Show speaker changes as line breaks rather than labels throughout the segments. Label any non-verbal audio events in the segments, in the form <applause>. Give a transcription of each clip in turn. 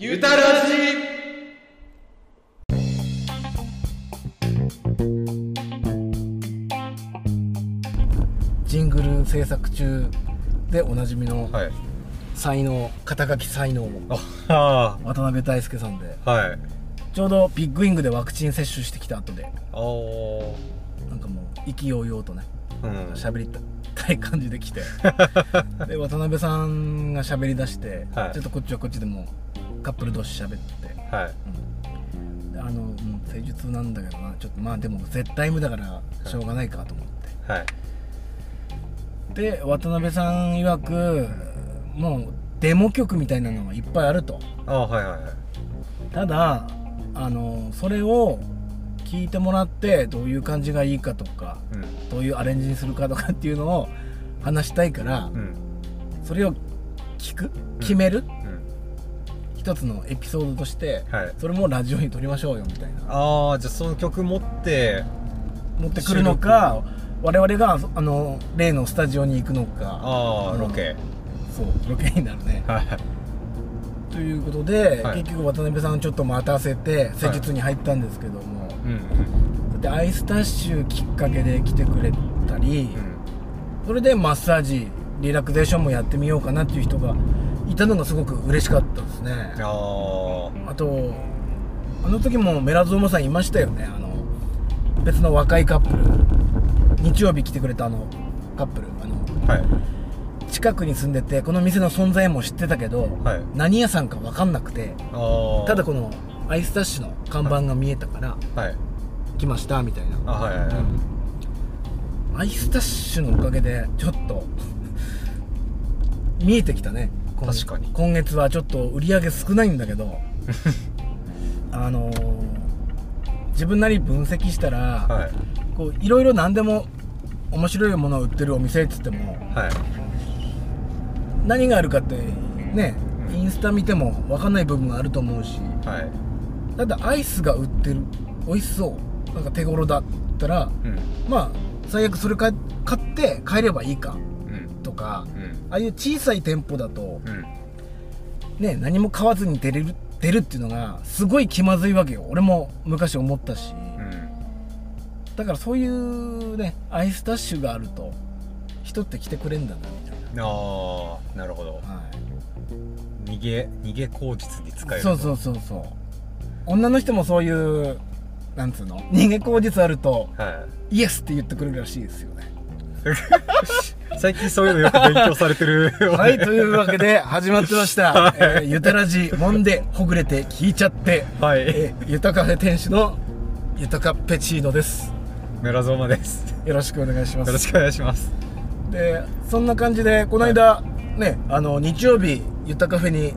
ゆたらじ
ジングル制作中でおなじみの
はい
才能肩書き才能
あ
渡辺大輔さんで
あはい
ちょうどビッグイングでワクチン接種してきた後で
あお
なんかもう意気揚々とね
うん
喋りたい感じで来
<laughs>
てで渡辺さんが喋り出して、
はい
ちょっとこっちはこっちでもうカップル同士喋って
はい
であのもう施術なんだけどなちょっとまあでも絶対無だからしょうがないかと思って。
はい
で渡辺さん曰くもうデモ曲みたいなのがいっぱいあると
ああはいはいはい
ただあのそれを聞いてもらってどういう感じがいいかとか
うん
どういうアレンジにするかとかっていうのを話したいから
うん
それを聞く決める、
うん
一つのエピソードとして
はい
それもラジオに撮りましょうよみたいな
ああじゃあその曲持って
持ってくるのか我々があの例のスタジオに行くのか
ああ
うん
ロケ
そうロケになるね
はい
ということで、
はい
結局渡辺さんをちょっと待たせて施術に入ったんですけども、
うん
でアイスタッシュきっかけで来てくれたり、
うん
それでマッサージリラクゼーションもやってみようかなっていう人がいたのがすごく嬉しかったですね
ああ
あとあの時もメラゾーマさんいましたよねあの別の若いカップル日曜日来てくれたあのカップルあの
はい
近くに住んでてこの店の存在も知ってたけど、
はい
何屋さんか分かんなくて
ああ
ただこのアイスタッシュの看板が見えたから
はい
来ましたみたいな
あはいはいはい
アイスタッシュのおかげでちょっと見えてきたね今
確かに
今月はちょっと売り上げ少ないんだ
<laughs>
けどあのー自分なり分析したら、
はい
こういろいろ何でも面白いものを売ってるお店っつっても
はい
何があるかってね
うん
インスタ見ても分かんない部分があると思うし
はい
ただアイスが売ってる美味しそうなんか手頃だったら
うん
まあ最悪それか買って帰ればいいか
うん
とか
うん
ああいう小さい店舗だと
うん
ね何も買わずに出れる出るっていうのがすごい気まずいわけよ俺も昔思ったし
うん
だからそういうねアイスタッシュがあると人って来てくれんだなみたい
ああなるほど
な、はい
逃げ逃げ口実に使える
そうそうそうそう女の人もそういうなんつうの人間口実あると
は
イエスって言ってくれるらしいですよね
い最近そういうのよく勉強されて
<laughs>
る
はい、というわけで始まってました「えーゆたらじ」もんでほぐれて聞いちゃって、
はい
えーゆたカフェ店主のゆたかペチーノです
メラゾーマですよ
よろしくお願いします
ろしくお願いします
でそんな感じでこの間、ねあの日曜日ゆたカフェに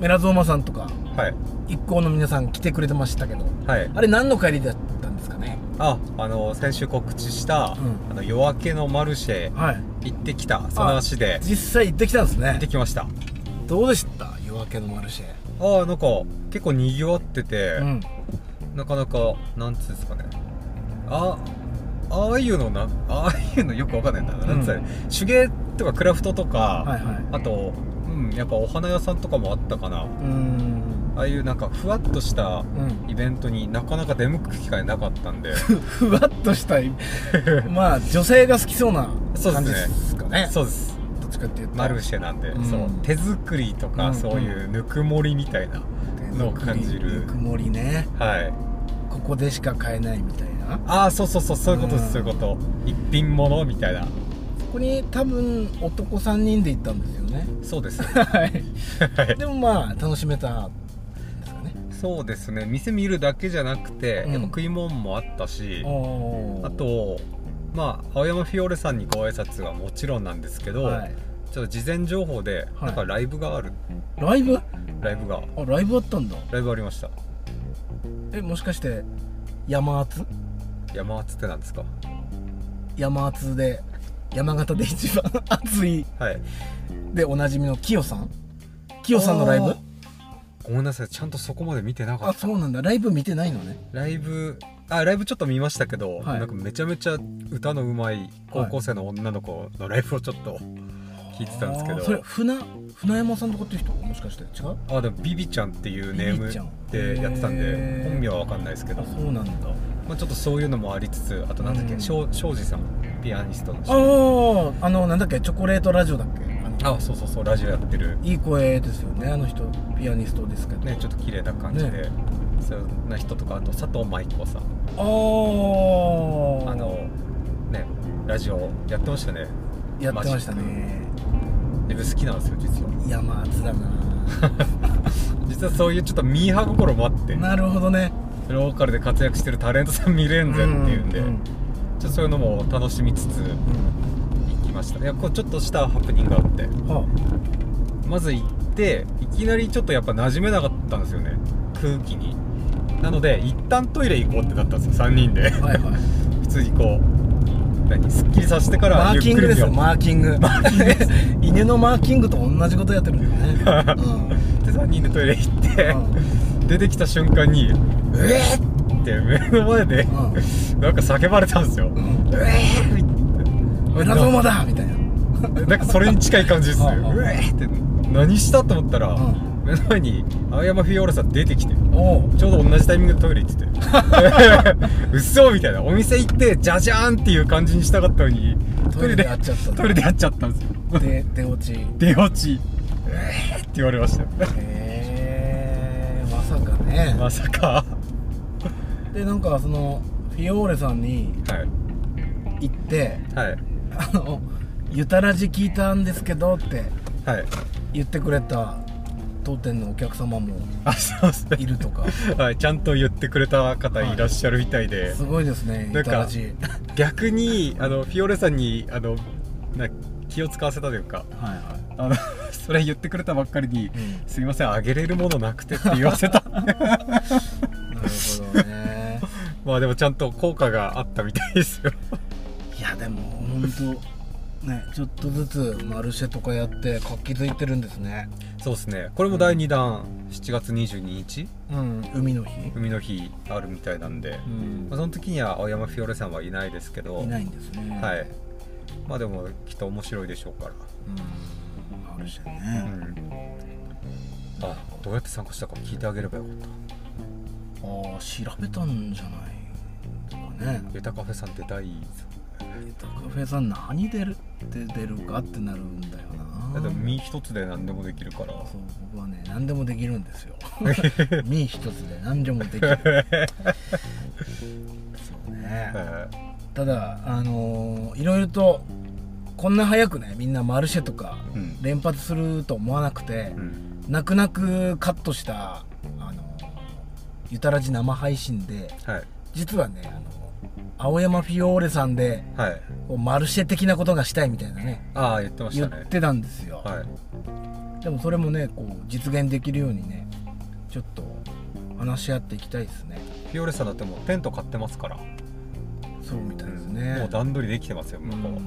メラゾーマさんとか
はい
一行の皆さん来てくれてましたけど
はい
あれ何の帰りだったんですかね
ああの先週告知した、
うん
あの夜明けのマルシェ
はい
行ってきたその足で
実際行ってきたんです
行っ
ね
てきました
どうでした夜明けのマルシェ
あーなんか結構にぎわってて、
うん
なかなかなんつうんですかねあああいうのなああいうのよくわかんないんだな、なんつうの手芸とかクラフトとか、
はいはい
あとうんやっぱお花屋さんとかもあったかな
うーん
ああいうなんかふわっとした
うん
イベントになかなか出向く機会なかったんで
ふ <laughs> わっとした <laughs> いまあ女性が好きそうな
そう
感じ
で
ですすかね
そうです
どっちかっていうと
マルシェなんで、
うん
そう手作りとか、
うん
そういうぬくもりみたいなのを感じる
ぬくもりね
はい
ここでしか買えないみたいな
ああそうそうそうそういうことです、
うん
そういうこと一品物みたいな
そこに多分男3人で行ったんですよね
そうです
はい
はい
でもまあ楽しめたんですかね
そうですね店見るだけじゃなくて、
うん
やっぱ食い物もあったし
おー
あとまあ青山フィオレさんにご挨拶はもちろんなんですけど、
はい
ちょっと事前情報で、
はい
なんかライブがある
ライブあ
ライブが
ライブあったんだ
ライブありました
えもしかして山厚
山厚ってなんですか
山厚で山形で一番熱い
はい
でおなじみのキヨさんキヨさんのライ
あ
ブ
ーごめんなさいちゃんとそこまで見てなか
あ
った
そうなんだライブ見てないのね
ライブあライブちょっと見ましたけど、
はい
なんかめちゃめちゃ歌のうまい高校生の女の子のライブをちょっと聞いてたんですけ
あーそれ
ど
船船山さんとかっていう人もしかして違う
あでもビビちゃんっていうネー
ビ
ム
ビちゃん
でやってたん
へ
で
ー
本名は分かんないですけど
あ、そうなんだ
まあ、ちょっとそういうのもありつつあとなんだっ
う
け
ん
庄司、さんピアニストの人
あああのなんだっけチョコレートラジオだっけあの
あそうそうそうラジオやってる
いい声ですよねあの人ピアニストですけど、
ねちょっと綺麗な感じで、そんな人とかあと佐藤舞子さん
ああ
あのねラジオやってましたね
やってましたね
で僕好きなんですよ実はい
やまあつだ
<laughs>
な
実はそういうちょっとミーハー心もあって
なるほどね
ローカルで活躍してるタレントさん見れんぜっていうんで、
うん
ちょっとそういうのも楽しみつつ行きましたいやこうちょっとしたハプニングがあって
うんは
まず行っていきなりちょっとやっぱ馴染めなかったんですよね空気になので一旦トイレ行こうってなったんですよ3人で <laughs>
あはいはい
普通にこう何すっきりさせてからゆ
マー
っく
キン
り
グですよ
見よ
マーキング <laughs> 犬のマーキングと同じことやってるんだよ
<laughs>
ね、
うで3人でトイレ行って、
うんうん
出てきた瞬間に「えっ!」って目の前で、なんか叫ばれたんですよ
う、ん
うえー
メラゾーマだみたいな、
なんかそれに近い感じですよ
うんうん
うえーって何したと思ったら、
うん
目の前に青山フィオーラさん出てきて
おう
ちょうど同じタイミングでトイレ行ってて <laughs> 嘘みたいなお店行ってじゃじゃーんっていう感じにしたかったのに
トイレでやっちゃった
トイレでやっちゃったんですよ
で出落ちへ
出落ちえーって言われましたよ
えまさかね、
まさか
でなんかそのフィオーレさんに
はい
行って
はい
あの「ゆたらじ聞いたんですけど」って
はい
言ってくれた当店のお客様も
あそうです
いるとか
はい、ちゃんと言ってくれた方いらっしゃるみたいで、
すごいですね
な
ゆ
んか
たらじ
逆にあのフィオレさんにあのな気を使わせたというか
はいは
あの <laughs> それ言ってくれたばっかりに
うん
「すいませんあげれるものなくて」って言わせた
<laughs> いなるほどね
まあでもちゃんと効果があったみたいですよ
いやでも本当ねちょっとずつマルシェとかやって活気づいてるんですね
そうですねこれも第2弾7月22日
うん海の日、
海の日あるみたいなんで、
うん
まあ、その時には青山フィオレさんはいないですけど
いないんですね
はいまあでもきっと面白いでしょうから
うんマルシェ
う
ね、
んあどうやって参加したか聞いてあげればよかった
ああ調べたんじゃないですかね
ユタカフェさんって第い
えっとカフェさん何出るって出るかってなるんだよな
でも身一つで何でもできるから
そう僕はね何でもできるんで
<laughs>
すよ身一つで何でもできるそうね、
え
ただあのーいろいろとこんな早くねみんなマルシェとか
うん
連発すると思わなくて
ー、うん
泣く泣くカットしたあのーゆたらじ生配信で
はい
実はねあの青山フィオーレさんで
はい
こうマルシェ的なことがしたいみたいなね
ああ言ってまし
言
た
っ
ね
てたんですよ、
はい
でもそれもねこう実現できるようにねちょっと話し合っていきたいですね
フィオレさんだってもうテント買ってますから、
そうみたいです
も
ね
う、段取りできてますよ
うん
向こうは、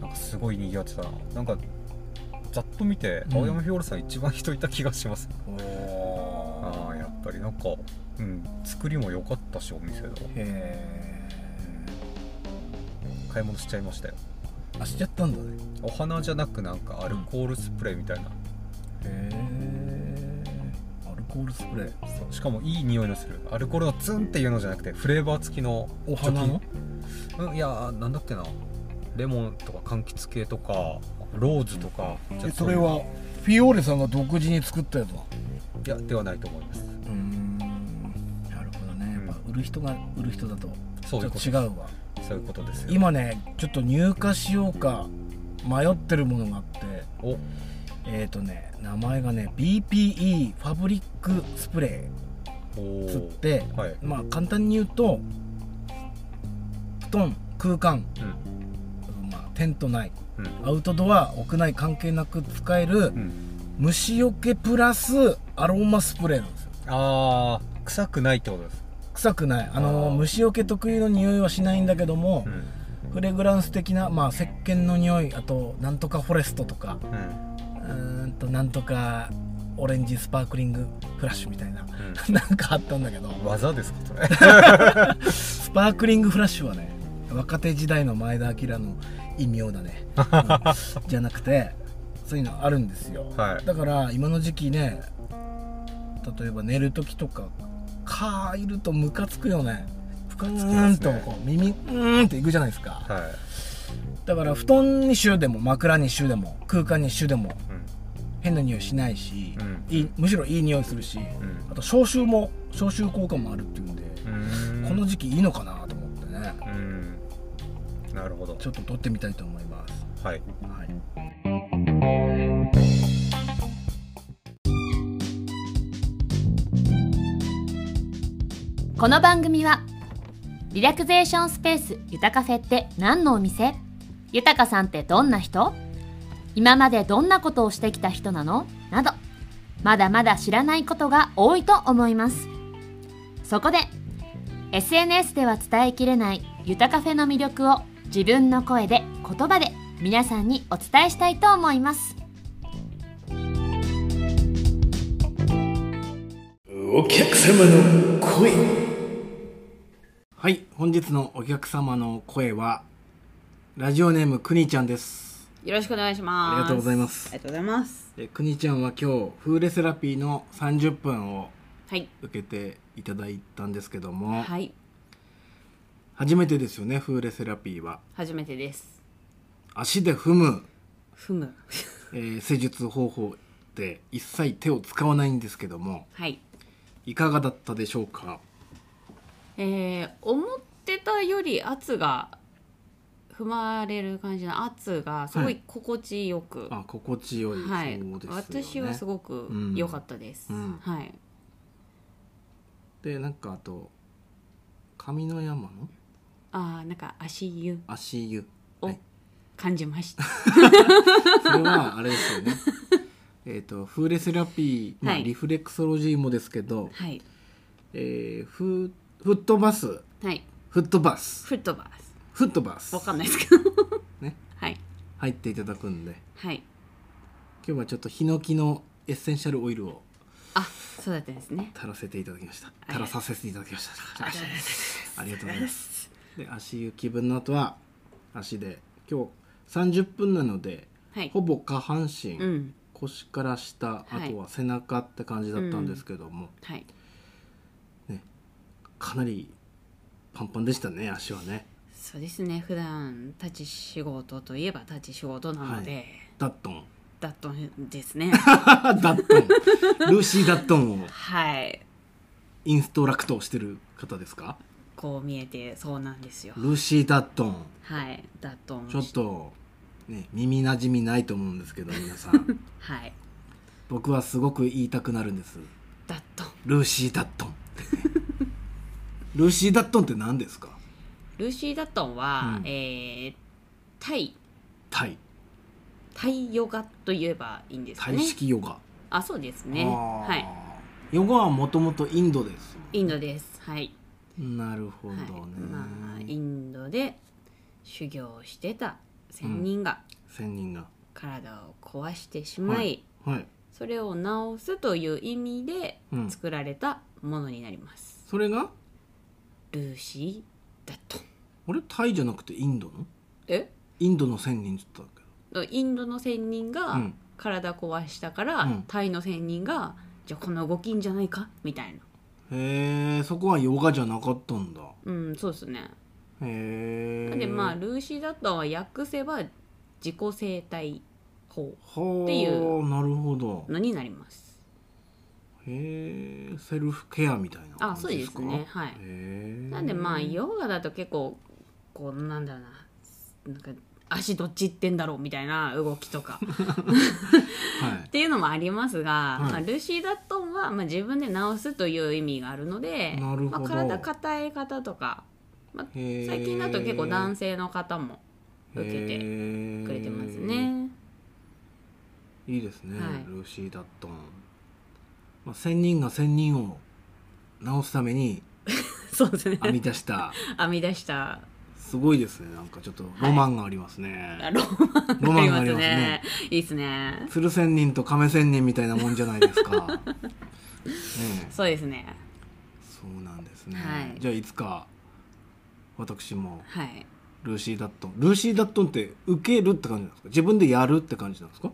なんかすごい賑わってたななんかざっと見て
うん
青山フィオレさん一番人いた気がします、
おー
ああやっぱりなんかうん作りも良かったしお店の
へ
買い物しちゃいましたよ
ーあしちゃったんだね
お花じゃなくなんかアルコールスプレーみたいな、
へーアルコールスプレー
そうしかもいい匂いのするアルコールのツンっていうのじゃなくてフレーバー付きの
お花の
うんいやーなんだっけなレモンとか柑橘系とかローズとかじゃあ
えそう
い
れ
う
はフィオーレさんが独自に作ったやつだ
いやではないと思います
うーんなるほどねやっぱ売る人が売る人だとち
そ
ょ
ういう
っ
こと
と違うわ
そういうことですよ
今ねちょっと入荷しようか迷ってるものがあって
お
えー、とね名前がね BPE ファブリックスプレ
お
ーつっ
ー
て
はい
まあ簡単に言うと布団空間、
うん
まあ、テント内
うん
アウトドア屋内関係なく使える
うん
虫よけプラスアロマスプレーなんですよ
あー臭くないってことです
臭くないあの
あー
虫よけ特有の匂いはしないんだけども
う、ん
フレグランス的なまあ石鹸の匂いあとなんとかフォレストとか
うん
うーんとなんとかオレンジスパークリングフラッシュみたいな
う
<laughs> なんかあったんだけど
ん技ですかそれ
スパークリングフラッシュはね若手時代の前田明の異名
<laughs>
だね、うんじゃなくてそういうのあるんですよ、
はい
だから今の時期ね例えば寝る時とかカーいるとムカつくよねぷか
きま
ー
すね
んとこう耳うーんっていくじゃないですか、
はい、
だから布団に臭でも枕に臭でも空間に臭でも
うん
変な匂いしないし、
うん
いいむしろいい匂いするし、
ん
あと消臭も消臭効果もあるっていうので、
うーん
この時期いいのかなと思ってね
うんなるほど
ちょっと撮ってみたいと思います、
はい
はい、
この番組はリラクゼーションスペースゆたカフェって何のお店ゆたかさんってどんな人今までどんなことをしてきた人なのなどまだまだ知らないことが多いと思いますそこで SNS では伝えきれないゆたカフェの魅力を自分の声で言葉で皆さんにお伝えしたいと思います
お客様の声はい本日のお客様の声はラジオネームくにちゃんです
よろしくお願いします。
ありがとうございま
あ
す
りがとうございます。
えくにちゃんは今日フーレセラピーの30分を
はい。
受けていただいたんですけども、
はい。
初めてですよねフーレセラピーは
初めてです。
足で踏む、
ふむ。
えー施術方法で一切手を使わないんですけども
<laughs> はい。
いかがだったでしょうか
えー、思ってたより圧が踏まれる感じの圧がすご
はい
い心地よく。
あ心地よい、
はい。
そうですよね
私はすごく良かったです。
うんうん
はい。
でなんかあと上の山の
ああ、なんか足湯
足湯、
を
い、
感じま
<laughs>
した。
それはあれです
<laughs>
よねえっとフーレセラピー、まあ
はい
リフレクソロジーもですけど、
はい。
えー、フーフットバス
はい。
フットバス
フットバー
フットバス
ス。わかんないですけど。
<laughs> ね
はい。
入っていただくんで
はい。
今日はちょっとヒノキのエッセンシャルオイルを
あ、そうだったんですね。
垂らせていただきました
い
垂らさせていただきました
ありがとうございます
ありがとうございますで足湯気分の後は足で今日30分なので
はい
ほ。ぼ下半身、
うん。
腰から下
は
あ
い
とは背中って感じだったんですけども、
はい。
かなりパンパンでしたね足はね
そうですね普段立ち仕事といえば立ち仕事なので、
はダットン
だったんです
<laughs>
ね
ダットン
<laughs>
ルーシー・ダットンを
はい
インストラクトをしてる方ですか
こう見えてそうなんですよ
ルーシー・ダットン
はいだと
ちょっとね耳なじみないと思うんですけど皆さ
<laughs>
ん
はい
僕はすごく言いたくなるんです
だと
ルーシー・ダットン <laughs> ってねルーシー・ダットンって何ですか
ルーシー・ダットンは、
うん
えータイ
タイ
タイヨガといえばいいんですか
タイ
ね
式ヨガ、
あそうですね
あー
はい
ヨガはもともとインドです
インドですはい、
なるほど
は
ね
い、まあインドで修行してた仙人が
仙人が
体を壊してしまい、
はい
それを直すという意味で
うん
作られたものになります、
それが
ルーシー・ダットン
あれタイじゃなくてインドの
え
インドの仙人って言ったけ
インドの仙人
う
が
ん
体壊したから、
うん
タイの仙人がじゃあこの動きんじゃないかみたいな
どへえそこはヨガじゃなかったんだ
うんそうですね
へえ
なんでまあルーシー・ダットンは訳せば自己生態法
はあ
っていう
なるほど
のになります
へえセルフケアみたいな感
あそう
じで
ですす
か
ねはい
へえ
なんでまあヨガだと結構こうなんだろうななんか足どっち行ってんだろうみたいな動きとか
は
っていうのもありますが、
はい
まあ、ルーシー・ダットンは、まあ、自分で直すという意味があるので
なるほど
まあ、体硬い方とか、まあ、
いへえ
最近だと結構男性の方も受け
て
てくれてますね。
いいですね、
はい
ルーシー・ダットン、まあ、仙人が仙人を治すために
<laughs> そうですね
編み出した
<laughs> 編み出した
すごいですねなんかちょっとロマンがありますね、
<laughs> ロ
ロマ
マ
ン
ン
が
が
あ
あ
りま
りますす
ね
ね。いいですね。
鶴仙人と亀仙人みたいなもんじゃない
<laughs>
ですかねえ
そうですね。
そうなんですね、
はい
じゃあいつか私も
はい。
ルルーシー・ダットンルーシー・ダットンって受けるって感じなんですか自分でやるって感じなんですか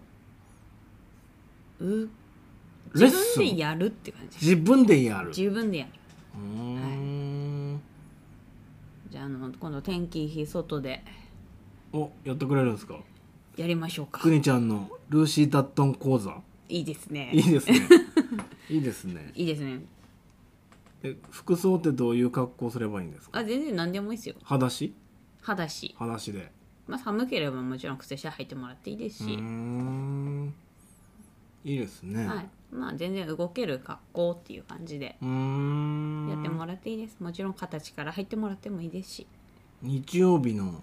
う
レッ
自
スン
分でやるって感じ
自分でやる
自分でやる
うーん
じゃああの今度天気いい日外で
おやってくれるんですか
やりましょうか
くにちゃんのルーシー・ダットン講座
いいですね
いいです
<laughs>
ねいいですね
いいですね
え服装ってどういう格好すればいいんですか
あ全然何でもいいですよ
裸足
裸足、
裸足で
まあ、寒ければもちろん靴下履いてもらっていいです
うー
し、
んいいですね、
はい、まあ全然動ける格好っていう感じで
うーん
やってもらっていいですもちろん形から入ってもらってもいいですし
日曜日の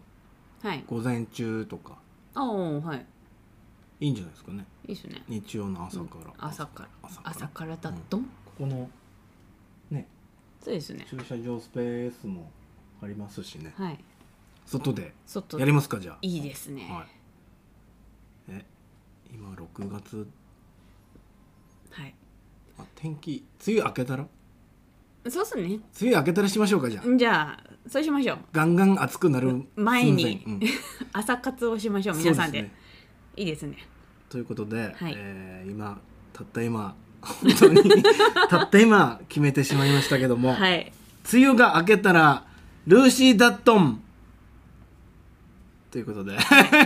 はい
午前中とか
ああはい
いいんじゃないですかね
いいですね
日曜の朝から、
朝から
朝から
朝からだと、
ここのね
そうですね
駐車場スペースもありますしね
はい
外で
外
やりますかじゃあ
いいですね
はいえ今6月
はい、
あ天気梅雨明けたら梅
そうっすね
雨明けたらしましょうかじゃあ
じゃあそうしましょう
ガンガン暑くなる
前に
寸前うん
朝活をしましょう <laughs> 皆さんで
そうすね
いいですね
ということで、
はい
えー今たった今本当にたった今決めてしまいましたけども、
はい
梅雨が明けたらルーシー・ダットンということで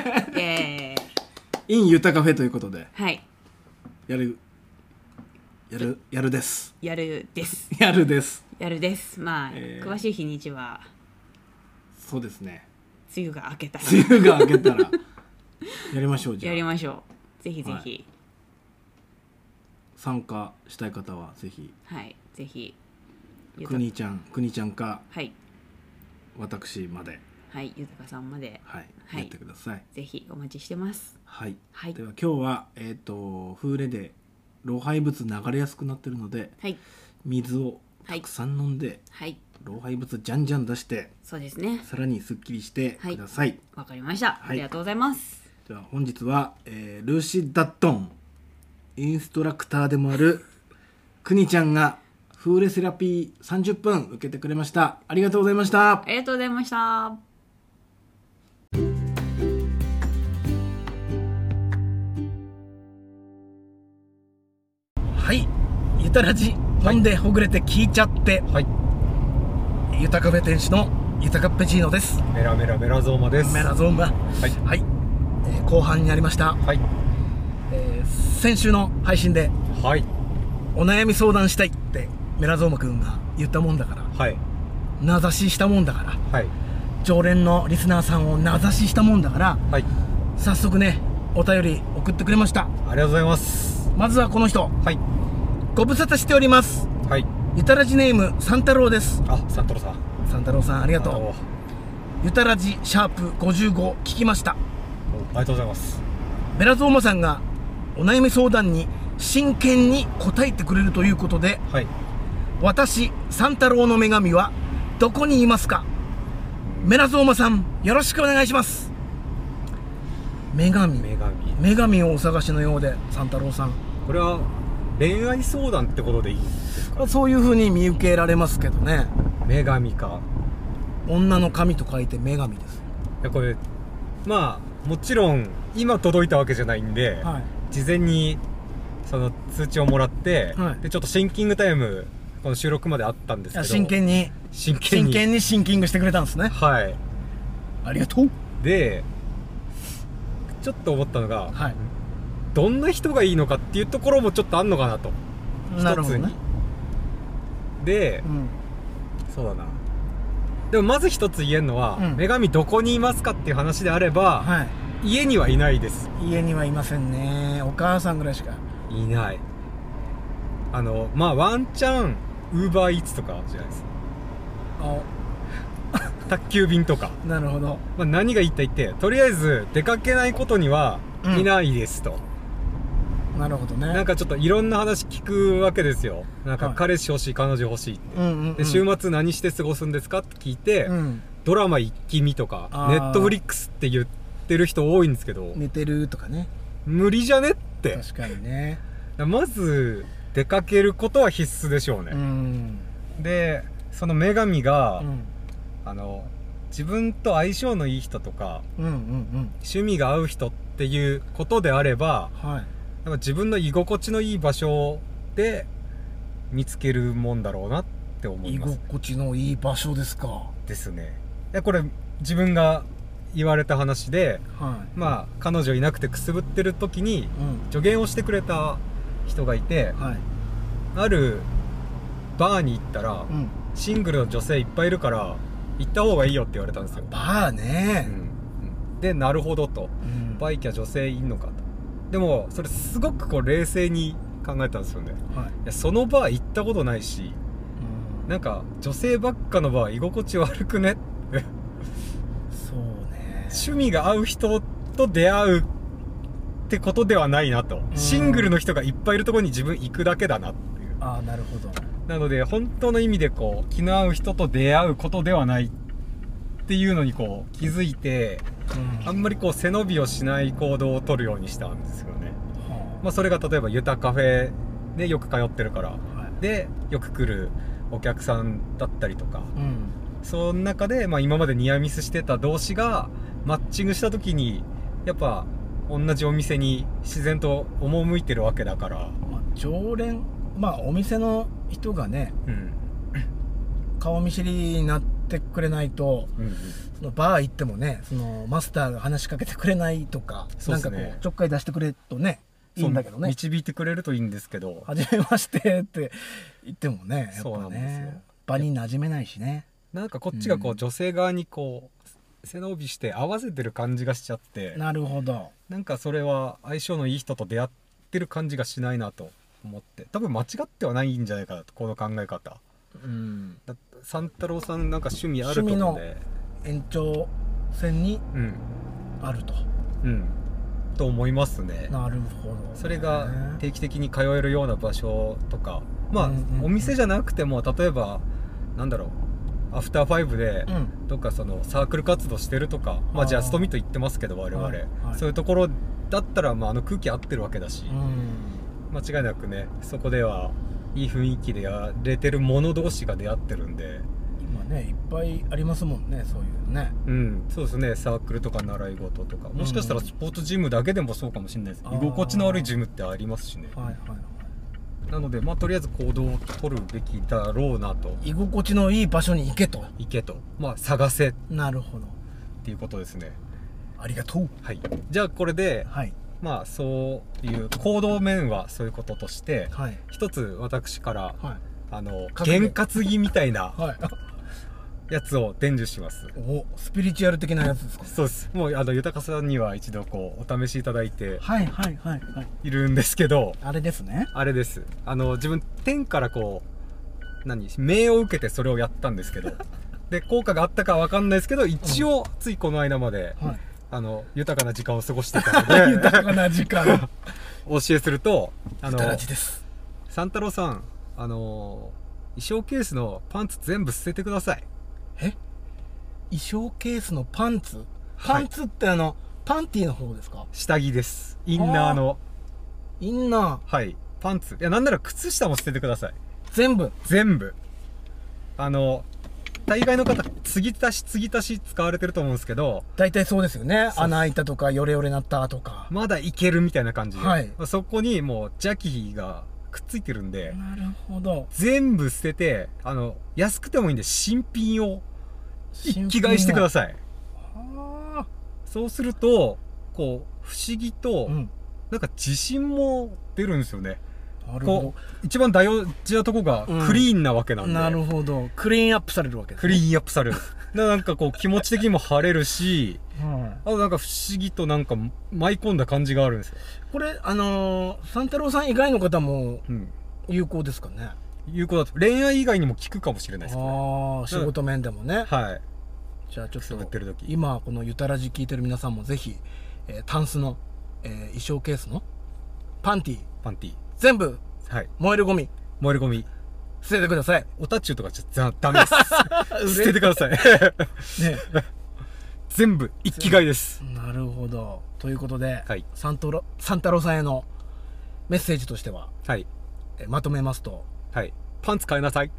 <laughs>
えー、
「イン・ユタカフェ」ということで
はい
やるやるやるです
やるです
やるです
やるですまあ、
えー
詳しい日にちは
そうですね
梅雨が明けたら
梅雨が明け
<laughs>
たらやりましょうじゃ
やり
あ
ましょうぜひぜ
は
ひ
参加したい方はぜひ
はい、ぜひゆた
くにちゃんくにちゃんか
はい
私まで、
はいゆたかさんまで
はい
はい
やってください
ぜひお待ちしてます
はい
はい
では今日はえっ、と風鈴で老廃物流れやすくなってるので
はい
水をたくさん飲んで、
はい
老廃物じゃんじゃん出して
そうですね
さらにすっきりしてください、
わかりました、
はい
ありがとうございます
では本日は、えールーシー・ダットンインストラクターでもあるくにちゃんがフーレセラピー30分受けてくれましたありがとうございました
ありがとうございました
はいゆたらじ飲んでほぐれて聞いちゃって、
はい
ゆたカフェ店主のゆたかっぺチーノです
メラメラメラゾーマです
メラゾーンが
はい
はい、えー後半になりました、
はい
えー先週の配信で
はい
お悩み相談したいってメラゾーマくんが言ったもんだから
はい
名指ししたもんだから
はい
常連のリスナーさんを名指ししたもんだから
はい
早速ねお便り送ってくれました
ありがとうございます
まずはこの人
はい
ご無沙汰しております
はい
ゆたらじネーム三太郎です
あサントロさんあ
三太郎さんありが
の
とうゆたらじシャープ55聞きました
おありがとうございます
ベラゾーマさんがお悩み相談に真剣に答えてくれるということで
はい
私三太郎の女神はどこにいますかメラゾーマさんよろしくお願いします女神
女神
女神をお探しのようで三太郎さん
これは恋愛相談ってことでいい
そういう風に見受けられますけどね
女神か
女の神と書いて女神です
いやこれまあもちろん今届いたわけじゃないんで、
はい
事前にその通知をもらって、
はい
でちょっとシンキングタイムこの収録まであったんですけど
真剣に
真 <laughs> 剣
真
に
剣にシンキングしてくれたんですね
はい
ありがとう
でちょっと思ったのが、
はい
どんな人がいいのかっていうところもちょっとあんのかなと
なるほど
一つ
ね
に、で
う、ん、
そうだなでもまず一つ言えるのは、
うん
女神どこにいますかっていう話であれば、
はい
家にはいないです
家にはいませんねお母さんぐらいしか
いないあのまあワンチャンウーバーイーツとかじゃないです
あ
宅急便とか、
なるほど
まあ、何が言いたいってとりあえず出かけないことには
うん
いないですと、
なるほどね
なんかちょっといろんな話聞くわけですよなん
は
か
い
彼氏欲しい彼女欲しいって、
うんうんうん、
で週末何して過ごすんですかって聞いて、
うん、
ドラマ一気見とか
あー
ネットフリックスって言ってる人多いんですけど
寝てるとかね
無理じゃねって
確かにね
まず出かけることは必須でしょうね
う、ん、
でその女神が、
うん、
あの自分と相性のいい人とか
うんうんうん
趣味が合う人っていうことであれば
はい
なんか自分の居心地のいい場所で見つけるもんだろうなって思い
居
ます
心地のいい場所ですかは
ですねいやこれ自分が言われた話で
い
まあ彼女いなくてくすぶってる時に
うん
助言をしてくれた人がいて
はい
あるバーに行ったら
うん
シングルの女性いっぱいいるから行った方がいいよって言われたんですよ、
バーね
うんでなるほどと
うん
バイキャ女性いんのかとでもそれすごくこう冷静に考えたんですよね
はい
いやそのバー行ったことないし
うん
なんか女性ばっかのバー居心地悪くね
そうね
趣味が合う人と出会うってことではないなと
ん
シングルの人がいっぱいいるところに自分行くだけだなっていう
ああなるほど
なので本当の意味でこう気の合う人と出会うことではないっていうのにこう気づいて
うん
あんまりこう背伸びをしない行動を取るようにしたんですよね、
は
まあ、それが例えば「ユタカフェ」でよく通ってるから
あはい
でよく来るお客さんだったりとか
うん
その中で、まあ、今までニアミスしてた同士がマッチングした時にやっぱ同じお店に自然と赴いてるわけだから、
まあ常連まあお店の人がね
うん
顔見知りになってくれないと
うんうん
そのバー行ってもねそのマスターが話しかけてくれないとか、
そう
な
っ
ん
す
か
ね
こうちょっかい出してくれとねいいんだけど
そう
ね
導いてくれるといいんですけど
初めましてって <laughs> 言ってもねやっ
そうな
ぱ
んですよ
ね場に馴染めないしね
なんかこっちがこ
う
うん女性側にこう背伸びして合わせてる感じがしちゃって
なるほど
なんかそれは相性のいい人と出会ってる感じがしないなと思って多分間違ってはないんじゃないかなとこの考え方
うん
だ三太郎さんなんか趣味あると思うんで
延長線に
うん
あると
うんと思いますね
なるほど
それが
ね
定期的に通えるような場所とかまあ、
うんうんうん
お店じゃなくても例えばなんだろうアフターファイブで、
うん
どっかそのサークル活動してるとか、ま
あ
あ、
ー
ジャストミと言ってますけど我々、
はいはい
そういうところだったら、まあ、あの空気合ってるわけだし、
うん
間違いなくねそこではいい雰囲気でやれてる者同士が出会ってるんで、
今ねいっぱいありますもんねそういうのね
うん、そうですねサークルとか習い事とかもしかしたら
うん
スポーツジムだけでもそうかもしれないです
あー
居心地の悪いジムってありますしね
はいはいはい
なので、まあ、とりあえず行動を取るべきだろうなと
居心地のいい場所に行けと
行けと、まあ、探せっ
なるほど
ていうことですね
ありがとう
はいじゃあこれで
はい
まあそういう行動面はそういうこととして
はい
一つ私から
はい
あの
格言
験担ぎみたいな
はい
やつを伝授します
おスピリチュアル的なやつですか
そうですもうあの豊さんには一度こうお試しいただいて
はいはいはいはい
いるんですけど
あれですね
あれですあの自分天からこう何命を受けてそれをやったんですけどで効果があったかは分かんないですけど一応ついこの間まで、
はい
あの豊かな時間を過ごしてた
<laughs>
ので
豊かな時 <laughs> 間
お教えするとあ
い
の
ただきです
三太郎さんあのー衣装ケースのパンツ全部捨ててください
衣装ケースのパンツ
は
パ
い
ンツってあの、パンティーの方ですか
下着ですインナーの
インナ
はいパンツいやなんなら靴下も捨ててください
ー全部
全部あの大概の方継ぎ足し継ぎ足し使われてると思うんですけど
大体そうですよね
そう
穴開いたとかヨレヨレなったとか
まだいけるみたいな感じで、
はい
そこにもう邪気がくっついてるんで
なるほど
全部捨ててあの安くてもいいんで新品を一気買いしてくだ
さ
さい
いは
そうするとこう不思議と、
あうん
なんか自信も出るんですよね
なるほ
一番大事なとこが
うん
クリーンなわけな
ど
んで、
なるほどクリーンアップされるわけです
ク
ね
リーンアップされるななんかこう気持ち的にも晴れるし
はい
あとなんか不思議となんか舞い込んだ感じがあるんですよ、
これあのー、三太郎さん以外の方も
うん、
有効ですかね
いうことだと恋愛以外にも効くかもしれないですけどね
ああ仕事面でもね
はい
じゃあちょっ
くすぶっ
と
てる時
今このゆたらじ聞いてる皆さんもぜひ、えータンスの、えー衣装ケースのパンティ
パンティ
全部
はい
燃えるゴミ
燃えるゴミ
捨ててください
おたっちゅうとかちょっとダメ
<laughs>
です捨ててください <laughs>
ね
全部一気買いです
なるほどということで、
はい
サントロサンタロさんへのメッセージとしては、
はい
えーまとめますと
はいパンツ変えなさい。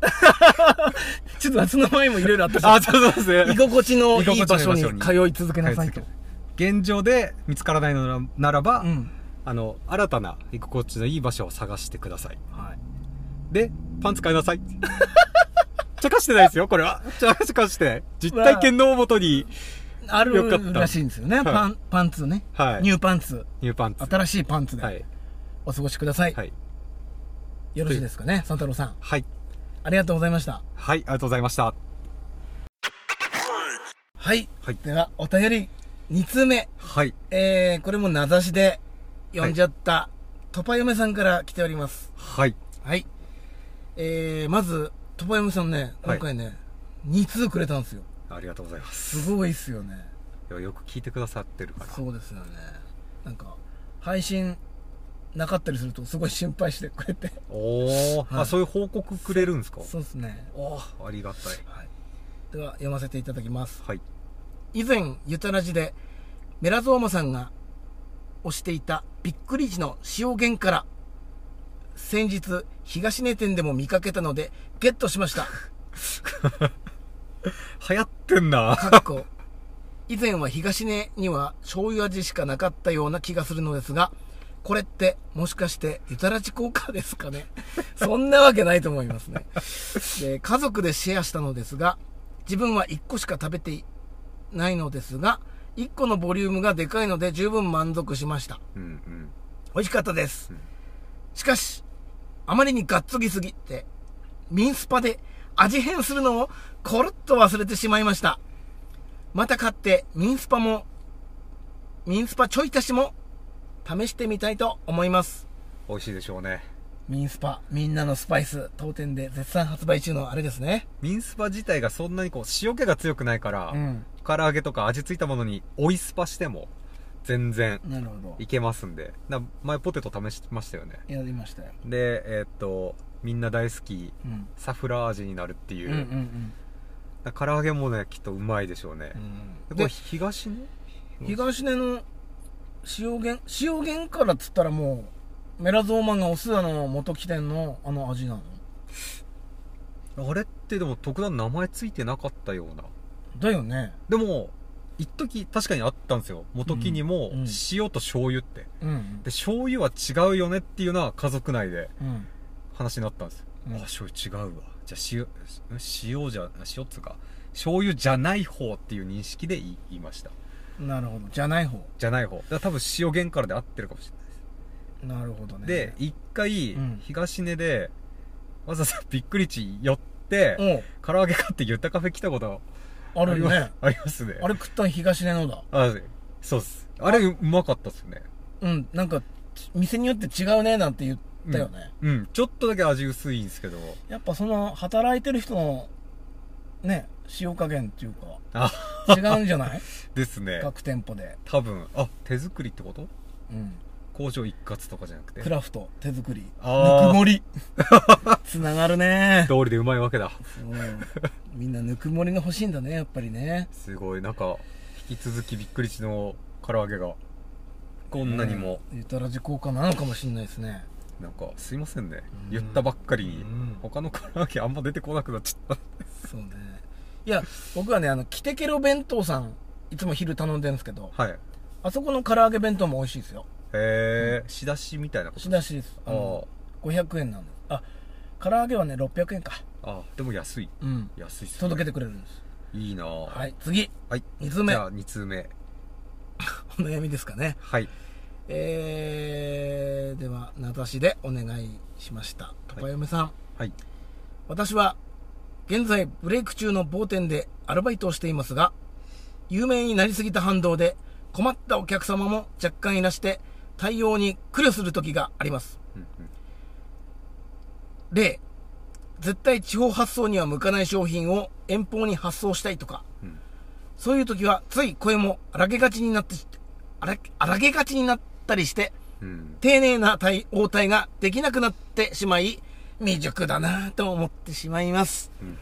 ちょっと夏の前もいろいろあったし
あ、そうそうそう。 <laughs>
<laughs> 居心地の
居心地の
い
い
い
い
場
場
所
所
に
に
通い続けなさいと。
現状で見つからないのならならば、
うん。
あの、新たな居心地のいい場所を探してください。
はい
で、パンツ変えなさい。 <laughs> 茶化してないですよ、これは。茶化してない。実体験のもとに、
あ
よかっ
る
た
らしいんですよね。
い
パン、パンツね。
はい。
ニューパンツ。
ニューパンツ。
新しいパンツ
は
で
い。
お過ごしください。
はい。
よろしいですかね、三太郎さん。
はい。
ありがとうございました。
はい、ありがとうございました。
はい。
はい
では、お便り2通目。
はい。
えー、これも名指しで呼んじゃった、トパ嫁さんから来ております。
はい。
はい。えー、まず、トパ嫁さんね、
は
今
い
回ね、2通くれたんですよ。
ありがとうございます。
すごいっすよね。
いやよく聞いてくださってるから。
そうですよね。なんか、配信なかったりするとすごい心配してくれて。
おお、
はい
あ、そういう報告くれるんですか
そうですね。
おーありがたい。
はい。では、読ませていただきます。
はい。
以前、ゆたらじで、メラゾーマさんが推していたびっくり時の塩源から、先日、東根店でも見かけたので、ゲットしました。
流行ってんな。
かっこ以前は東根には醤油味しかなかったような気がするのですが、これってもしかしてゆたらじ効果ですかねそんなわけないと思いますねで。家族でシェアしたのですが、自分は1個しか食べていないのですが、1個のボリュームがでかいので十分満足しました。
うんうん。
美味しかったです、
うん
しかしあまりにがっつぎすぎてミンスパで味変するのをコロッと忘れてしまいましたまた買ってミンスパもミンスパちょい足しも試してみたいと思います
美味しいでしょうね。
ミンスパみんなのスパイス当店で絶賛発売中のあれですね
ミンスパ自体がそんなにこう塩気が強くないから、
うん
唐揚げとか味付いたものに追いスパしても全然
なるほど
いけますんでな前ポテト試してましたよね
やりましたよ、
でえーっとみんな大好き
うん、
サフラー味になるっていうう、
んうんうん
だから唐揚げもねきっとうまいでしょうね、でこ
で
れ東ね
東根の塩源塩源からっつったらもうメラゾーマンがおすあの元起点のあの味なの
あれってでも特段名前ついてなかったような
だよね
でも一時確かにあったんですよ元木にも
うんうん
塩と醤油って、
うん
で醤油は違うよねっていうのは家族内で
うん
話になったんですよ、
うん
あ醤油違うわじゃあ塩塩じゃ塩っつうか醤油じゃない方っていう認識で言い言いました
なるほどじゃない方
じゃない方だから多分塩原からで合ってるかもしれないです
なるほどね
で一回
うん
東根でわざわざびっくり地寄って、
おう
唐揚げ買ってゆったカフェ来たこと
あるよ
ま
ね
ありますね
あれ食ったの東根のだ
あそうっすあれうまかったっすね
うんなんか店によって違うねなんて言ったよね、
うんちょっとだけ味薄いんですけど
やっぱその働いてる人のね塩加減っていうか
あ
違うんじゃない
ですね
各店舗で
多分あ手作りってこと
うん
工場一括とかじゃなくて
クラフト手作り
あー
ぬくもり <laughs> つながるね
通りでうまいわけだ
うんみんなぬくもりが欲しいんだねやっぱりね
すごいなんか引き続きびっくりしの唐揚げがこんなにも、
うんゆたらじ効果なのかもしれないですね
なんかすいませんね
うん
言ったばっかりに
うん
他の唐揚げあんま出てこなくなっちゃっ
そうねいや僕はねあのキテケロ弁当さんいつも昼頼んでるんですけど
たはいへ
あそこの唐揚げ弁当も美味しいですよ
え、仕出しみたいなこと
仕出しですあの500円なのあ唐揚げはね600円か
あーあーでも安い
うん
安いっすね
届けてくれるんです
いいなぁ
はい次
はい
2つ
じ
目
ゃ
お
あ2通目
悩みですかね
はい
えー、では名指しでお願いしましたトパ嫁さん、
はい
私は現在ブレイク中の某店でアルバイトをしていますが有名になりすぎた反動で困ったお客様も若干いらして対応に苦慮する時があります
うん
例絶対地方発送には向かない商品を遠方に発送したいとか、
うん
そういう時はつい声も荒げがちになって荒げ荒げがちになったりして
うんうん
丁寧な対応対ができなくなってしまい、未熟だなぁと思ってしまいます。
うん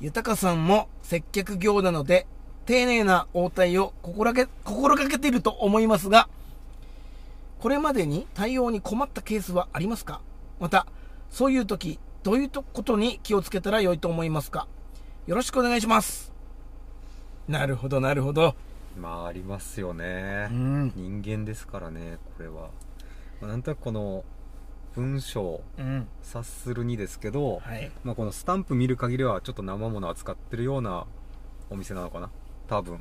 豊さんも接客業なので、丁寧な応対を心がけ、心がけていると思いますが、これまでに対応に困ったケースはありますかまた、そういう時、どういうとことに気をつけたら良いと思いますかよろしくお願いします。なるほど、なるほど。
まあありますよね、
うん。
人間ですからねこれは、まあなんとなくこの文章
うん。
察するにですけど、
はい。
まあ、このスタンプ見る限りはちょっと生もの扱ってるようなお店なのかな多分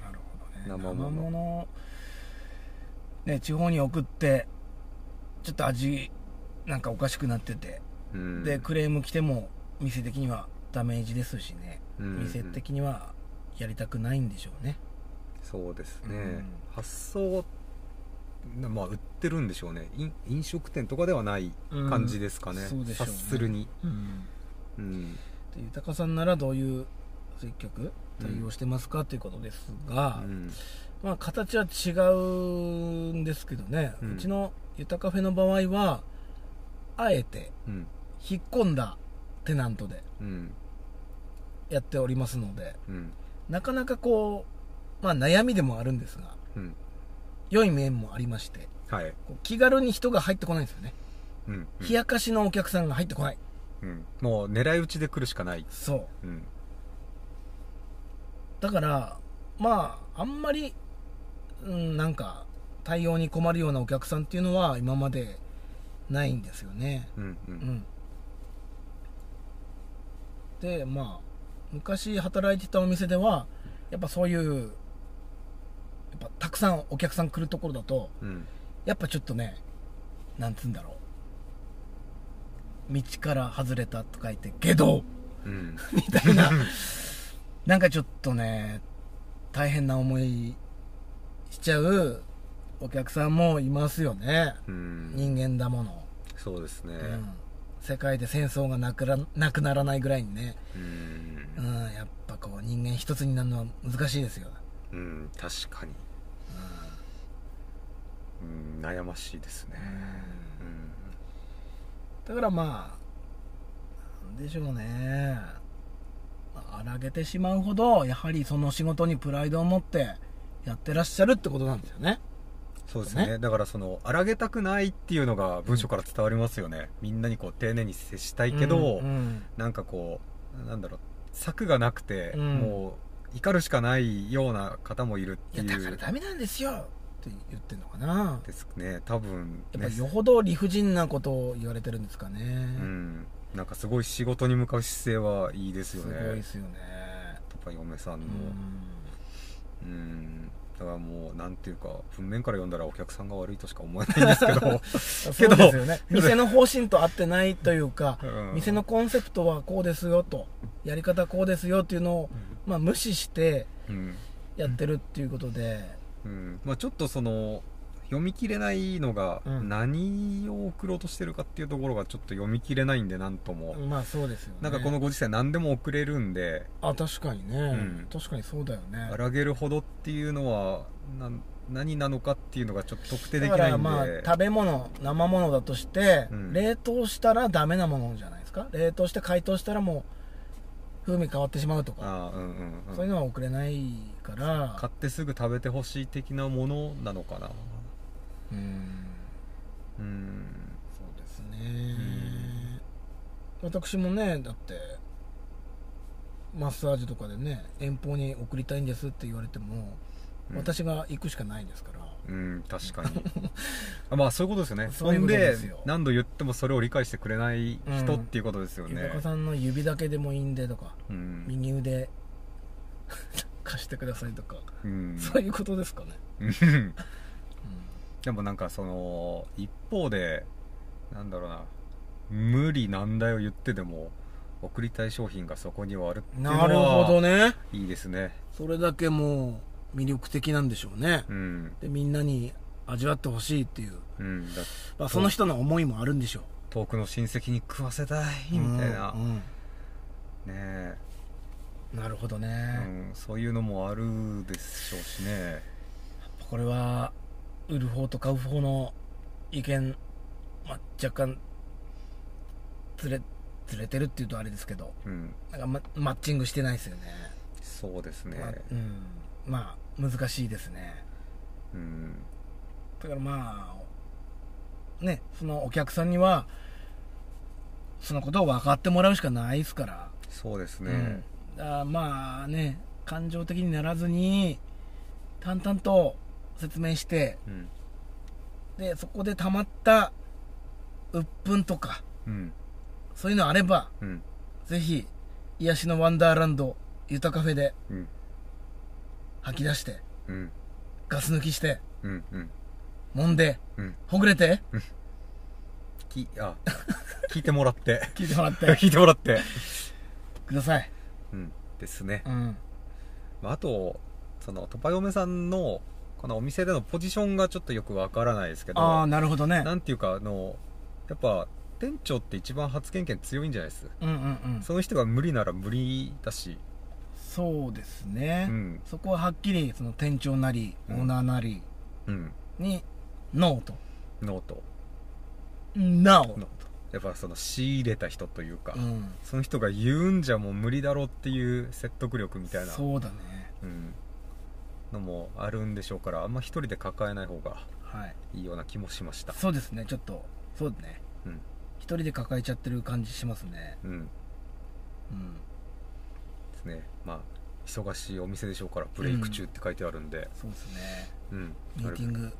なるほどね。
生もの
のね、地方に送って、ちょっと味、なんかおかしくなってて、
うん
で、クレーム来ても、店的にはダメージですしね。
うん
店的にはやりたくないんでしょうね。
そうです
う
ね
ん、
発想なまあ売ってるんでしょうね飲飲食店とかではない感じですかね,、
うんそうでしょう
察
ね
するに、
うん。
うん
で豊さんならどういう接客対応してますか、ということですが、
うん
まあ形は違うんですけどね、う
うん
ちの豊カフェの場合はあえて
うん
引っ込んだテナントで
うん
やっておりますので
うん
なかなかこう、まあ、悩みでもあるんですが
うん
良い面もありまして
はい
こう気軽に人が入ってこないんですよね
うんうん
冷やかしのお客さんが入ってこない
うんもう狙い撃ちで来るしかない、
そう
うん
だからまああんまり、うん、なんか対応に困るようなお客さんっていうのは今までないんですよね
うんう
うんんでまあ昔働いてたお店ではやっぱそういうやっぱたくさんお客さん来るところだと
うん
やっぱちょっとねなんつうんだろう道から外れたと書いて「下道」 <laughs>
うん
みたいな、なんかちょっとね、大変な思いしちゃうお客さんもいますよね。
うん
人間だもの。
そうですね、
うん、世界で戦争がなくらなくならないぐらいにね、
うん
うん、やっぱこう人間一つになるのは難しいですよ。
うん確かに、うん、悩ましいですね、
だからまあ、なんでしょうね。まあ荒げてしまうほど、やはりその仕事にプライドを持ってやってらっしゃるってことなんですよね。
うんそうですね
ね
だからその荒げたくないっていうのが文章から伝わりますよね、みんなにこう丁寧に接したいけど、
うんうん
なんかこうなんだろう策がなくて、
うん
もう怒るしかないような方もいるっ
い
て
や
い
だから
う
ダメなんですよって言ってんのかな
ですね多分
や
ね
っぱよほど理不尽なことを言われてるんですかね、
うん、なんかすごい仕事に向かう姿勢はいいです
す
よ
ごい
ね
ですよね
やっぱ嫁さん
う
の、
ん
うんだからもうなんていうか文面から読んだらお客さんが悪いとしか思えないんですけ
<laughs>
ど、
そ
け
う
ど
です
<laughs>
よね店の方針と合ってないというか、
うん
店のコンセプトはこうですよとやり方こうですよっていうのを、まあ、無視して
うん
やってるっていうことで、
うんまあ、ちょっとその読み切れないのが
うん
何を送ろうとしてるかっていうところがちょっと読み切れないんでなんとも、
まあそうですよね
なんかこのご時世何でも送れるんで
あ確かにね、
うん
確かにそうだよね
荒げるほどっていうのはなん何なのかっていうのがちょっと特定で
だ
き
か
ないん
ら
で、
まあ食べ物生物だとして、
うん
冷凍したらダメなものじゃないですか冷凍して解凍したらもう風味変わってしまうとか
あーうんうん
そううんいうのは送れないから
買ってすぐ食べてほしい的なものなのかな
うん
うん
そうですね私もねだってマッサージとかでね遠方に送りたいんですって言われても、
うん
私が行くしかないですから
うん確かに <laughs> あまあそういうことですよね
<laughs> そういうことですよ
ほんで何度言ってもそれを理解してくれない人っていうことですよ
ゆ
ね、
かさんの指だけでもいいんでとか
うん
右腕 <laughs> 貸してくださいとか
うん
<laughs> そういうことですかね。
うんでもなんかその一方でなんだろうな無理難題を言ってでも送りたい商品がそこにはあるっていうの
なるほど
は
ね。
いいですね
それだけもう魅力的なんでしょうね。
うん
で、みんなに味わってほしいっていう、
うんだ
まあ、その人の思いもあるんでしょ。
遠くの親戚に食わせたいうみたいな、
うんうん
ね
なるほど
え、う
ね。
ん、そういうのもあるでしょうしね
これは、売る方と買う方の意見、まあ、若干、ずれ、ずれてるっていうとあれですけど、
うん
なんかママッチングしてないですよね。
そうですね、
まあうん。まあ、難しいですね。
うん
だからまあねそのお客さんにはそのことを分かってもらうしかないですから、
そうです
う
ね
ん、あーまあね感情的にならずに淡々と説明して
うん
でそこで溜まった鬱憤とか
うん
そういうのあれば
うん
ぜひ癒しのワンダーランドゆたカフェで
うん
吐き出して
うん
ガス抜きして
うんうん
揉んで
うん
ほぐれて
きあ聞いてもらって
聞いてもらって
聞いてもらって
ください、
うんですね
うん、
まああとそのトパヨメさんのこのお店でのポジションがちょっとよくわからないですけど
ああなるほどね
なんていうかあのやっぱ店長って一番発言権強いんじゃないです
うんうんうん
その人が無理なら無理だし
そうですね、
うん
そこははっきりその店長なりオ
うん
ーナーなり
うん
にノーと
ノート
ノー
ノートやっぱその仕入れた人というか、
うん
その人が言うんじゃもう無理だろうっていう説得力みたいなう、
そうだね
ん、のもあるんでしょうからあんま一人で抱えない方が
はい
いいような気もしました
そうですねちょっとそうだね
うん
一人で抱えちゃってる感じしますね
うん
うん
ですねまあ忙しいお店でしょうからブレイク中って書いてあるんで、
そうですね
うん
ミーティング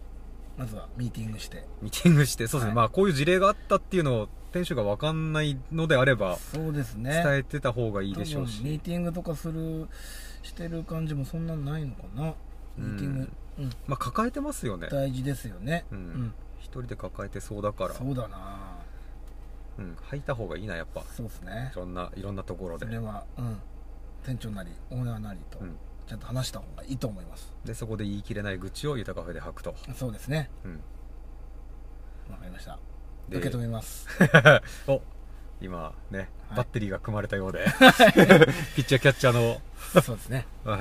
まずはミーティングして
ミーティングしてそうですね、
はい
まあこういう事例があったっていうのを店主が分かんないのであれば
そうですね
伝えてた方がいいでしょう
多分ミー
し、
ティングとかするしてる感じもそんなないのかな
う
ミ
ん
ーティング、うん、
まあ、抱えてますよね
大事ですよね
うん
うん、
一人で抱えてそうだから
そうだな
うん吐いた方がいいなやっぱ
そうですね
いろんないろんなところ
そ
で
れは、うん、店長なりオーナーなりと
うん
ちゃんと話した方がいいと思います、
でそこで言い切れない愚痴をゆたカフェで吐くと、
そうですね
うん、
わかりました
で
受け止めます
<laughs> お今ね
はい
バッテリーが組まれたようで、 <laughs> ピッチャーキャッチャーの
そうですね
はい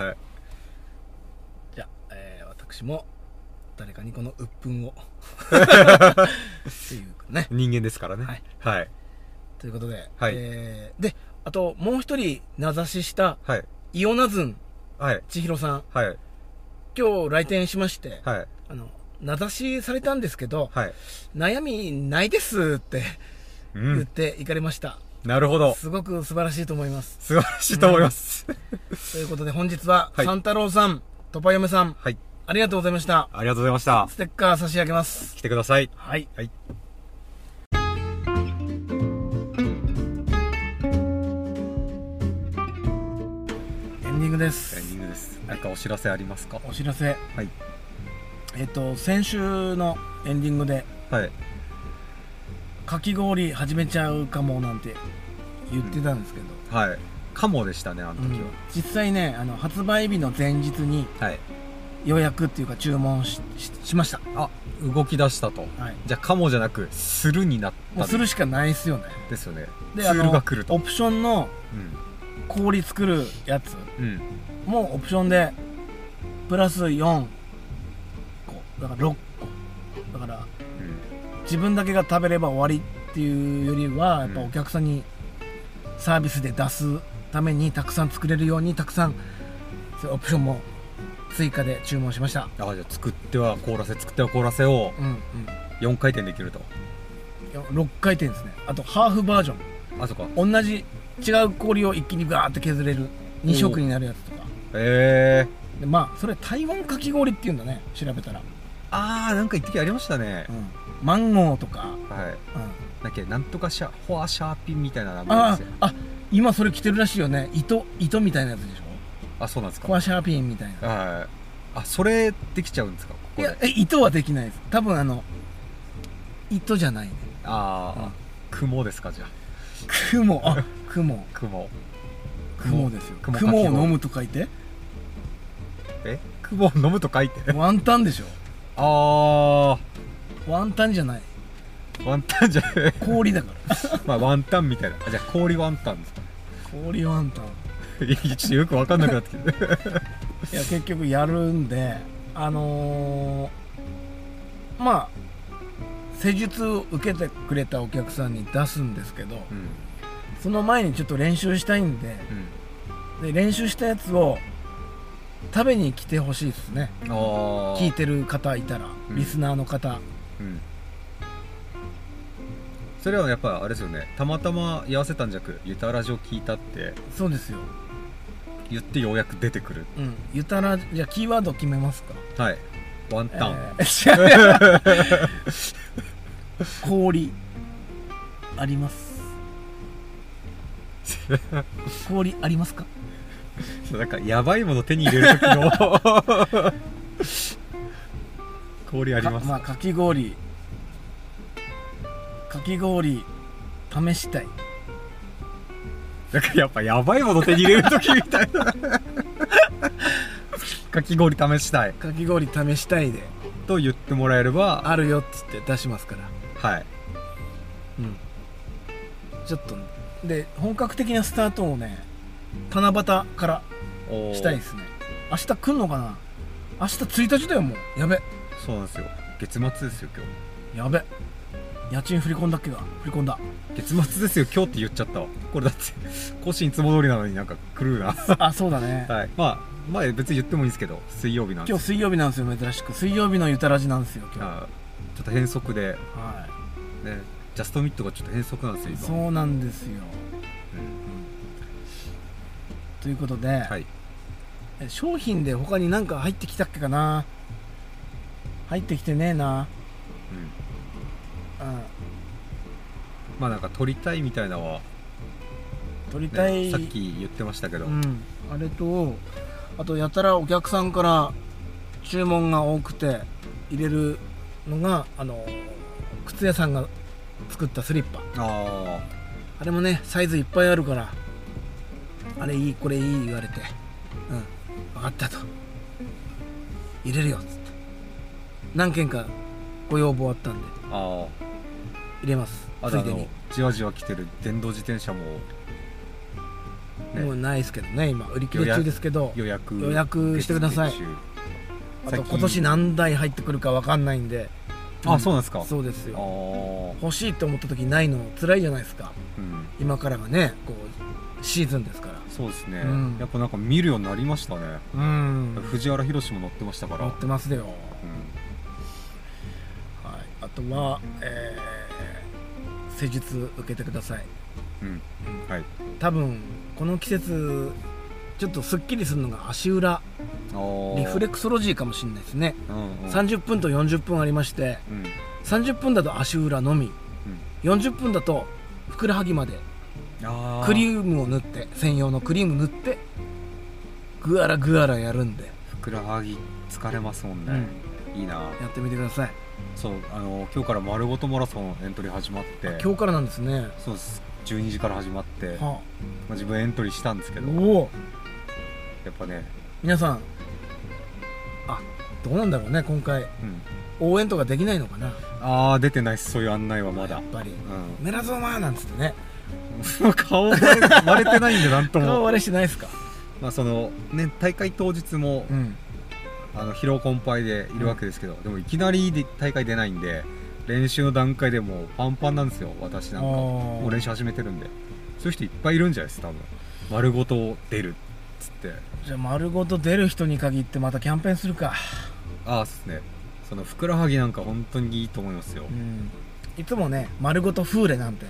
じゃあ、えー私も誰かにこの鬱憤をっていうかね
人間ですからね
はい、
はい
ということで、
はい
えーであともう一人名指しした
はい
イオナズン
はい
千尋さん
はい
今日来店しまして、
はい
あの名指しされたんですけど、
はい
悩みないですって
う
言っ
ん
て行かれました、
なるほど
すごく素晴らしいと思います
素晴らしいと思います、 <laughs>
ということで本日は、
はい
三太郎さん、トパヨメさん、
はい
ありがとうございました。
ありがとうございました
ステッカー差し上げます。
来てください
はい。
はいエ
エンディングで
ンディ
す。
ングです何かお知らせありますか
お知らせ。
はい
えっ、と、先週のエンディングで、
はい
かき氷始めちゃうかもなんて言ってたんですけど、
はいかもでしたねあの時は、
実際ね、あの、発売日の前日に
はい
予約っていうか注文しししました。
あ動き出したと
はい。
じゃあかもじゃなくするになっ
も
た
うするしかないですよね。
ですよね
で、
ツールが来る
あ
と
のオプションの
う
氷作るやつ。
んうん
もうオプションでプラス4個だから6個だから自分だけが食べれば終わりっていうよりはやっぱ
うん
お客さんにサービスで出すためにたくさん作れるようにたくさんそういうオプションも追加で注文しました
あじゃあ作っては凍らせ作っては凍らせを
うんうん
4回転できると
6回転ですねあとハーフバージョ
あそっか
ン同じ違う氷を一気にガーって削れる2色になるやつとか
へえ
でまあそれ台湾かき氷っていうんだね調べたら、
あーなんか一時ありましたね
う、ん、マンゴーとか、
はい
うん、
だっけなんとかシャフォアシャーピンみたいな名前で
あ
すよ
あ今それ着てるらしいよね糸糸みたいなやつでしょ
あそうなんです
コア
か
シャーピンみたいな
はいあそれできちゃうんですかここ
い
で
やえ糸はできないです多分あの糸じゃないね
ああ、
うん
雲ですかじゃあ
雲あ雲
雲
雲ですよ
雲
雲を飲むと書いて
え雲を飲むと書いて
ワンタンでしょ
あ
ワンタンじゃない
ーワンタンじゃね
氷だから
<laughs> まあワンタンみたいなあじゃあ氷ワンタンです <laughs> か
氷ワンタン
いやちょっとよくわかんなくなってきて
いや結局やるんであのーまあ施術を受けてくれたお客さんに出すんですけど
うん
その前にちょっと練習したいんで、で練習したやつを食べに来てほしいですね
うんああ
聞いてる方いたら、
うん
リスナーの方
うんそれはやっぱあれですよねたまたま居合わせたんじゃなくゆたラジオ聞いたって
そうですよ
言ってようやく出てくる
うんゆたらじゃあキーワード決めますか
はいワンタン、
えー <laughs> 氷あります
<laughs>
氷ありますか
そうなんかやばいもの手に入れる時の <laughs> 氷あります、
か,、まあ、かき氷かき氷試したい
なんかやっぱやばいもの手に入れる時みたいな <laughs> かき氷試したい
かき氷試したいで
と言ってもらえれば
あるよっつって出しますから
はい
うんちょっとで本格的なスタートをね七夕から
おー
したいですね明日来んのかな明日1日だよもうやべ
そうなんですよ月末ですよ今
やべ家賃振り込んだっけが振り込んだ
日月末ですよ今日って言っちゃったわこれだって更新いつも通りなのになんか狂うな
あそうだね
はいまあまあ別に言ってもいいんですけど水曜日なんで
今日
す
水曜日なんですよ珍しく水曜日のゆたらじなんですよ今
あーちょっと変則で
日は
ねジャストミットがちょっと変則なんですよ
い
今
そうなんです
う
よ
ん
ということで、
はい
え商品で他に何か入ってきたっけかな入ってきてねえな
うん
うん
まあなんか撮りたいみたいなのは、
取りたい、
ね、さっき言ってましたけど、
うん、あれとあとやたらお客さんから注文が多くて入れるのがあの靴屋さんが作ったスリッパ
あ
あれもねサイズいっぱいあるからあれいいこれいい言われてうん分かったと入れるよっつって何件かご要望あったんで
ーあ
入れます
ーあ
つ
と
い
あ
で
の
に
じわじわ来てる電動自転車もね
もうないですけどね今売り切れ中ですけど
予約
予約してください
受付中
あ
最
と
近
今年何台入ってくるか分かんないんで
あそうなんですか
そうです
あ
よ
ー
欲しいと思った時にないの辛いじゃないですか
うん
今からがねこうシーズンですから
そうですね、
うん
やっぱなんか見るようになりましたね、
うん
藤原宏も乗ってましたから、
乗
う
ってますよ、はい、
ん、
あとは、えー施術受けてください
うんはい
多分この季節ちょっとすっきりするのが足裏
あー
リフレクソロジーかもしれないですね
うんうん
30分と40分ありまして
うん
30分だと足裏のみ、40分だとふくらはぎまで
あー
クリームを塗って専用のクリーム塗ってぐあらぐあらやるんで
ふくらはぎ疲れますもんね、いいな
やってみてください
そうあの今日から丸ごとマラソンエントリー始まって
今日からなんですね
そうです12時から始まって、ま
は
あ、自分エントリーしたんですけ
あ
ど
おお
やっぱね、
皆さんあどうなんだろうね今回
うん、
応援とかできないのかな
ああ出てないっすそういう案内はまだ
やっぱり
う
メラゾーマーなんつってね
ん <laughs> 顔割れ割れてないんでなんと
顔
も、
割れしてないですか
まあそのね、大会当日も、
うん
あの疲労困憊でいるわけですけど、でもいきなりで大会出ないんで練習の段階でもうパンパンなんですよ私なんか
あー
もう練習始めてるんでそういう人いっぱいいるんじゃないですか多分丸ごと出るっつって
じゃあ丸ごと出る人に限ってまたキャンペーンするか
ああそうですねそのふくらはぎなんか本当にいいと思いますよ、
うんいつもね丸ごとフーレなんて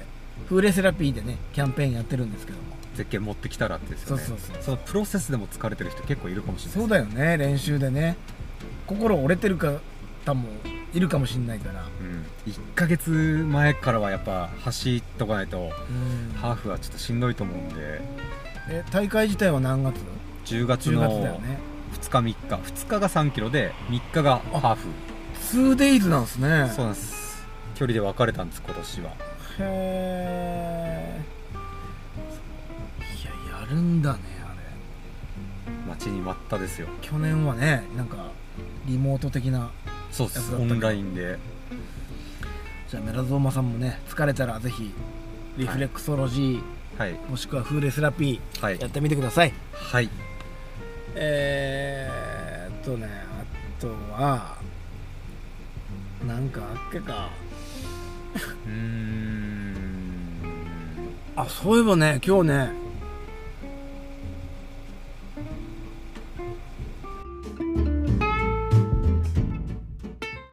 フーレセラピーでねキャンペーンやってるんですけども
石鹸持ってきたらってですよね
そうそうそう
のプロセスでも疲れてる人結構いるかもしれない
そうだよね練習でね心折れてる方もいるかもしれないから、
うん、1ヶ月前からはやっぱ走っとかないとハーフはちょっとしんどいと思うんで
え大会自体は何月
10月
?10
の
月だよ
2
ね
日3日2日が3キロで3日がハーフ
2days なんですね
そうなんです距離で分かれたんです今年は
へえいややるんだねあれ
待ちに待ったですよ
去年はねなんかリモート的な
そうで
やつ
す
だっ
オ
た
ン
ね
ラインで
じゃあメラゾーマさんもね疲れたらぜひリフレクソロジー、
はい
もしくはフーレセラピ
はい
ーやってみてください
はい
えーっとねあとはなんかあっけか
うーん
あそういえばね今日ね